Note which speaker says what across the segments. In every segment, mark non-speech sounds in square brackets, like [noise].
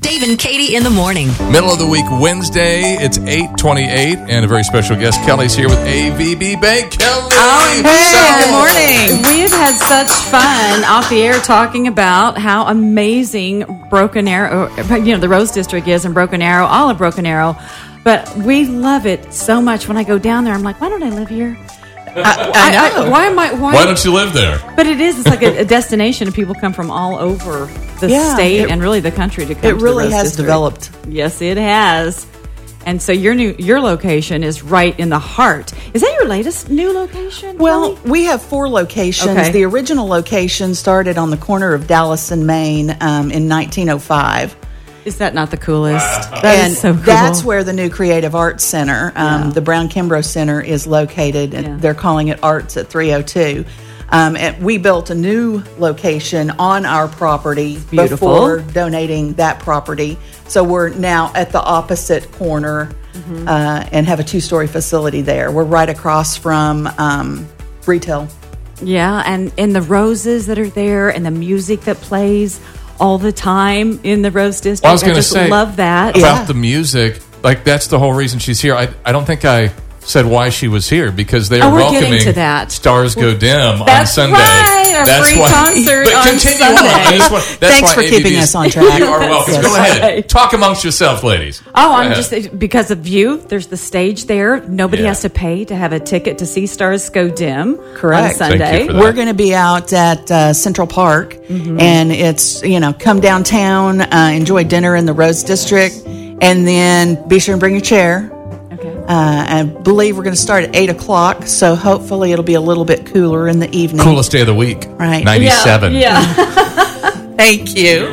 Speaker 1: Dave and Katie in the morning.
Speaker 2: Middle of the week, Wednesday. It's 828, and a very special guest, Kelly's here with AVB Bank. Kelly!
Speaker 3: Oh,
Speaker 4: Good morning.
Speaker 3: We have had such fun off the air talking about how amazing Broken Arrow, you know, the Rose District is and Broken Arrow, all of Broken Arrow. But we love it so much. When I go down there, I'm like, why don't I live
Speaker 4: [laughs]
Speaker 3: here? I, I- I- why am I? Why?
Speaker 2: Why don't you live there?
Speaker 3: but it is. It's like a, a destination. and People come from all over the
Speaker 4: Yeah.
Speaker 3: state
Speaker 4: It-
Speaker 3: and really the country to come.
Speaker 4: It
Speaker 3: to the
Speaker 4: really
Speaker 3: Rose
Speaker 4: has
Speaker 3: District.
Speaker 4: developed.
Speaker 3: Yes, it has. And so your new your location is right in the heart. Is that your latest new location?
Speaker 4: Well,
Speaker 3: Holly?
Speaker 4: we have four locations.
Speaker 3: Okay.
Speaker 4: The original location started on the corner of Dallas and Maine um, in 1905.
Speaker 3: Is that not the coolest?
Speaker 4: and that's where the new Creative Arts Center, um, the Brown Kimbrough Center, is located. and
Speaker 3: Yeah.
Speaker 4: They're calling it Arts at 302. Um, and we built a new location on our property
Speaker 3: beautiful.
Speaker 4: before donating that property. So we're now at the opposite corner
Speaker 3: Mm-hmm.
Speaker 4: uh, and have a two story facility there. We're right across from um, retail.
Speaker 3: yeah, and and the roses that are there, and the music that plays all the time in the Rose District.
Speaker 2: Well, I was going to
Speaker 3: just
Speaker 2: say
Speaker 3: love that.
Speaker 2: about
Speaker 4: Yeah.
Speaker 2: the music. Like that's the whole reason she's here. I, I don't think I said why she was here because they
Speaker 3: Oh,
Speaker 2: are
Speaker 3: we're getting
Speaker 2: welcoming
Speaker 3: to that.
Speaker 2: Stars Go Dim on
Speaker 3: That's
Speaker 2: Sunday.
Speaker 3: right, a free concert
Speaker 2: but
Speaker 3: on
Speaker 2: continue On.
Speaker 3: Sunday.
Speaker 2: I just want- that's
Speaker 4: Thanks
Speaker 2: why
Speaker 4: for keeping
Speaker 2: ABB's
Speaker 4: us on track.
Speaker 2: You are welcome. Go ahead.
Speaker 3: Yes.
Speaker 2: Talk amongst yourself, ladies.
Speaker 3: Oh,
Speaker 2: Go
Speaker 3: I'm
Speaker 2: ahead.
Speaker 3: just because of you. There's the stage there. Nobody
Speaker 2: Yeah.
Speaker 3: has to pay to have a ticket to see stars go dim.
Speaker 4: Correct.
Speaker 3: on
Speaker 4: Thank
Speaker 2: you
Speaker 3: Sunday.
Speaker 2: for that. Mm-hmm.
Speaker 4: We're going to be out at uh, Central Park, and it's you know come downtown, uh, enjoy dinner in the Rose District, and then be sure and bring your chair.
Speaker 3: Okay.
Speaker 4: Uh, I believe we're going to start at eight o'clock, so hopefully it'll be a little bit cooler in the evening.
Speaker 2: coolest day of the week.
Speaker 4: Right.
Speaker 2: Ninety-seven.
Speaker 3: Yeah.
Speaker 4: Thank you.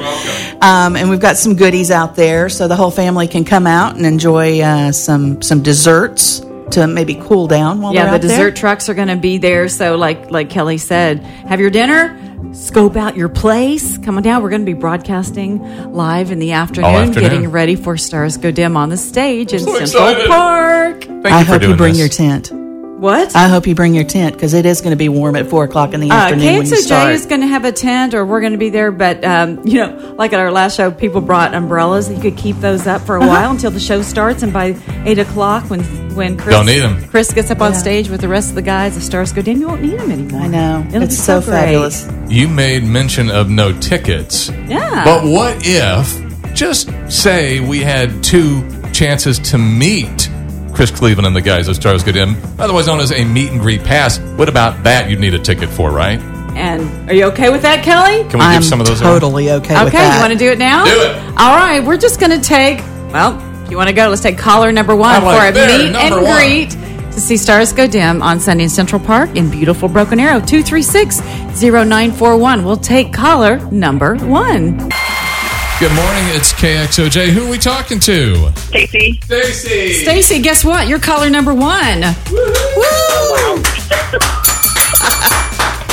Speaker 4: Um, and we've got some goodies out there, so the whole family can come out and enjoy uh, some some desserts to maybe cool down while
Speaker 3: Yeah,
Speaker 4: they're
Speaker 3: the
Speaker 4: out there.
Speaker 3: dessert trucks are going to be there. So, like like Kelly said, have your dinner, scope out your place. Come on down. We're going to be broadcasting live in the afternoon,
Speaker 2: afternoon.
Speaker 3: getting ready for Stars Go Dim on the stage in Central
Speaker 2: excited.
Speaker 3: Park.
Speaker 2: Thank you
Speaker 4: I
Speaker 2: for
Speaker 4: hope
Speaker 2: doing
Speaker 4: you bring
Speaker 2: this.
Speaker 4: your tent.
Speaker 3: What?
Speaker 4: I hope you bring your tent because it is going to be warm at four o'clock in the
Speaker 3: uh,
Speaker 4: afternoon when you
Speaker 3: KXOJ
Speaker 4: start.
Speaker 3: is going to have a tent, or we're going to be there. But um, you know, like at our last show, people brought umbrellas. You could keep those up for a while until the show starts, and by eight o'clock, when when Chris
Speaker 2: Don't need 'em.
Speaker 3: Chris gets up on
Speaker 4: Yeah.
Speaker 3: stage with the rest of the guys, the stars go dim. You won't need them anymore.
Speaker 4: I know
Speaker 3: It'll
Speaker 4: it's
Speaker 3: be
Speaker 4: so
Speaker 3: great.
Speaker 4: fabulous.
Speaker 2: You made mention of no tickets.
Speaker 3: Yeah.
Speaker 2: But what if, just say we had two chances to meet Chris Cleveland and the guys at Stars Good Inn, otherwise known as a meet and greet pass? What about that you'd need a ticket for, right?
Speaker 3: And are you okay with that, Kelly?
Speaker 2: Can we
Speaker 4: I'm
Speaker 2: give some of those uh, away?
Speaker 4: totally okay. with
Speaker 3: Okay,
Speaker 4: that.
Speaker 3: you want to do it now?
Speaker 2: Do it.
Speaker 3: All right, we're just going to take, well, if you want to go, let's take caller number one
Speaker 2: I'm
Speaker 3: for
Speaker 2: like,
Speaker 3: a
Speaker 2: there,
Speaker 3: meet
Speaker 2: number
Speaker 3: and
Speaker 2: one.
Speaker 3: greet to see stars go dim on Sunday in Central Park in beautiful Broken Arrow, 236 0941. We'll take caller number one.
Speaker 2: Good morning, it's KXOJ. Who are we talking to?
Speaker 5: Casey.
Speaker 2: Stacy.
Speaker 3: Stacy, guess what? You're caller number one.
Speaker 2: [laughs]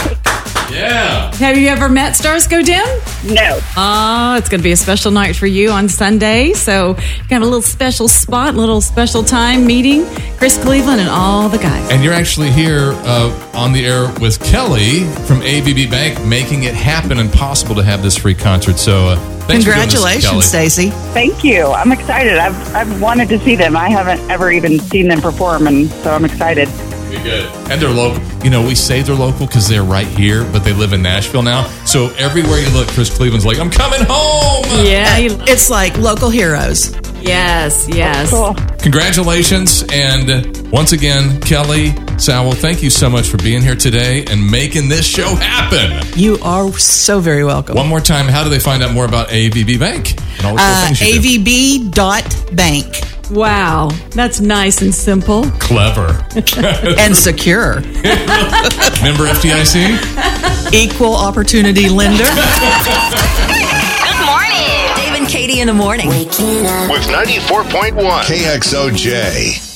Speaker 2: Yeah.
Speaker 3: Have you ever met Stars Go Dim?
Speaker 5: No.
Speaker 3: Oh, it's going to be a special night for you on Sunday. So, you got a little special spot, little special time meeting. Chris Cleveland and all the guys.
Speaker 2: And you're actually here uh, on the air with Kelly from ABB Bank, making it happen and possible to have this free concert. So, uh, thanks for doing this, Kelly.
Speaker 4: Congratulations, Stacy.
Speaker 5: Thank you. I'm excited. I've, I've wanted to see them. I haven't ever even seen them perform, and so I'm excited.
Speaker 2: Pretty good. And they're local. You know, we say they're local because they're right here, but they live in Nashville now. So everywhere you look, Chris Cleveland's like, I'm coming home.
Speaker 3: Yeah, you-
Speaker 4: It's like local heroes.
Speaker 3: Yes, yes.
Speaker 5: Cool.
Speaker 2: Congratulations. And uh, once again, Kelly Sowell, thank you so much for being here today and making this show happen.
Speaker 4: You are so very welcome.
Speaker 2: One more time, how do they find out more about AVB Bank? And all the cool
Speaker 4: Uh,
Speaker 2: things you do?
Speaker 4: AVB.bank
Speaker 3: Wow, that's nice and simple.
Speaker 2: Clever.
Speaker 4: and secure.
Speaker 2: Remember FDIC?
Speaker 4: Equal opportunity lender.
Speaker 1: Good morning. Dave and Katie in the morning.
Speaker 6: With 94.1 KXOJ.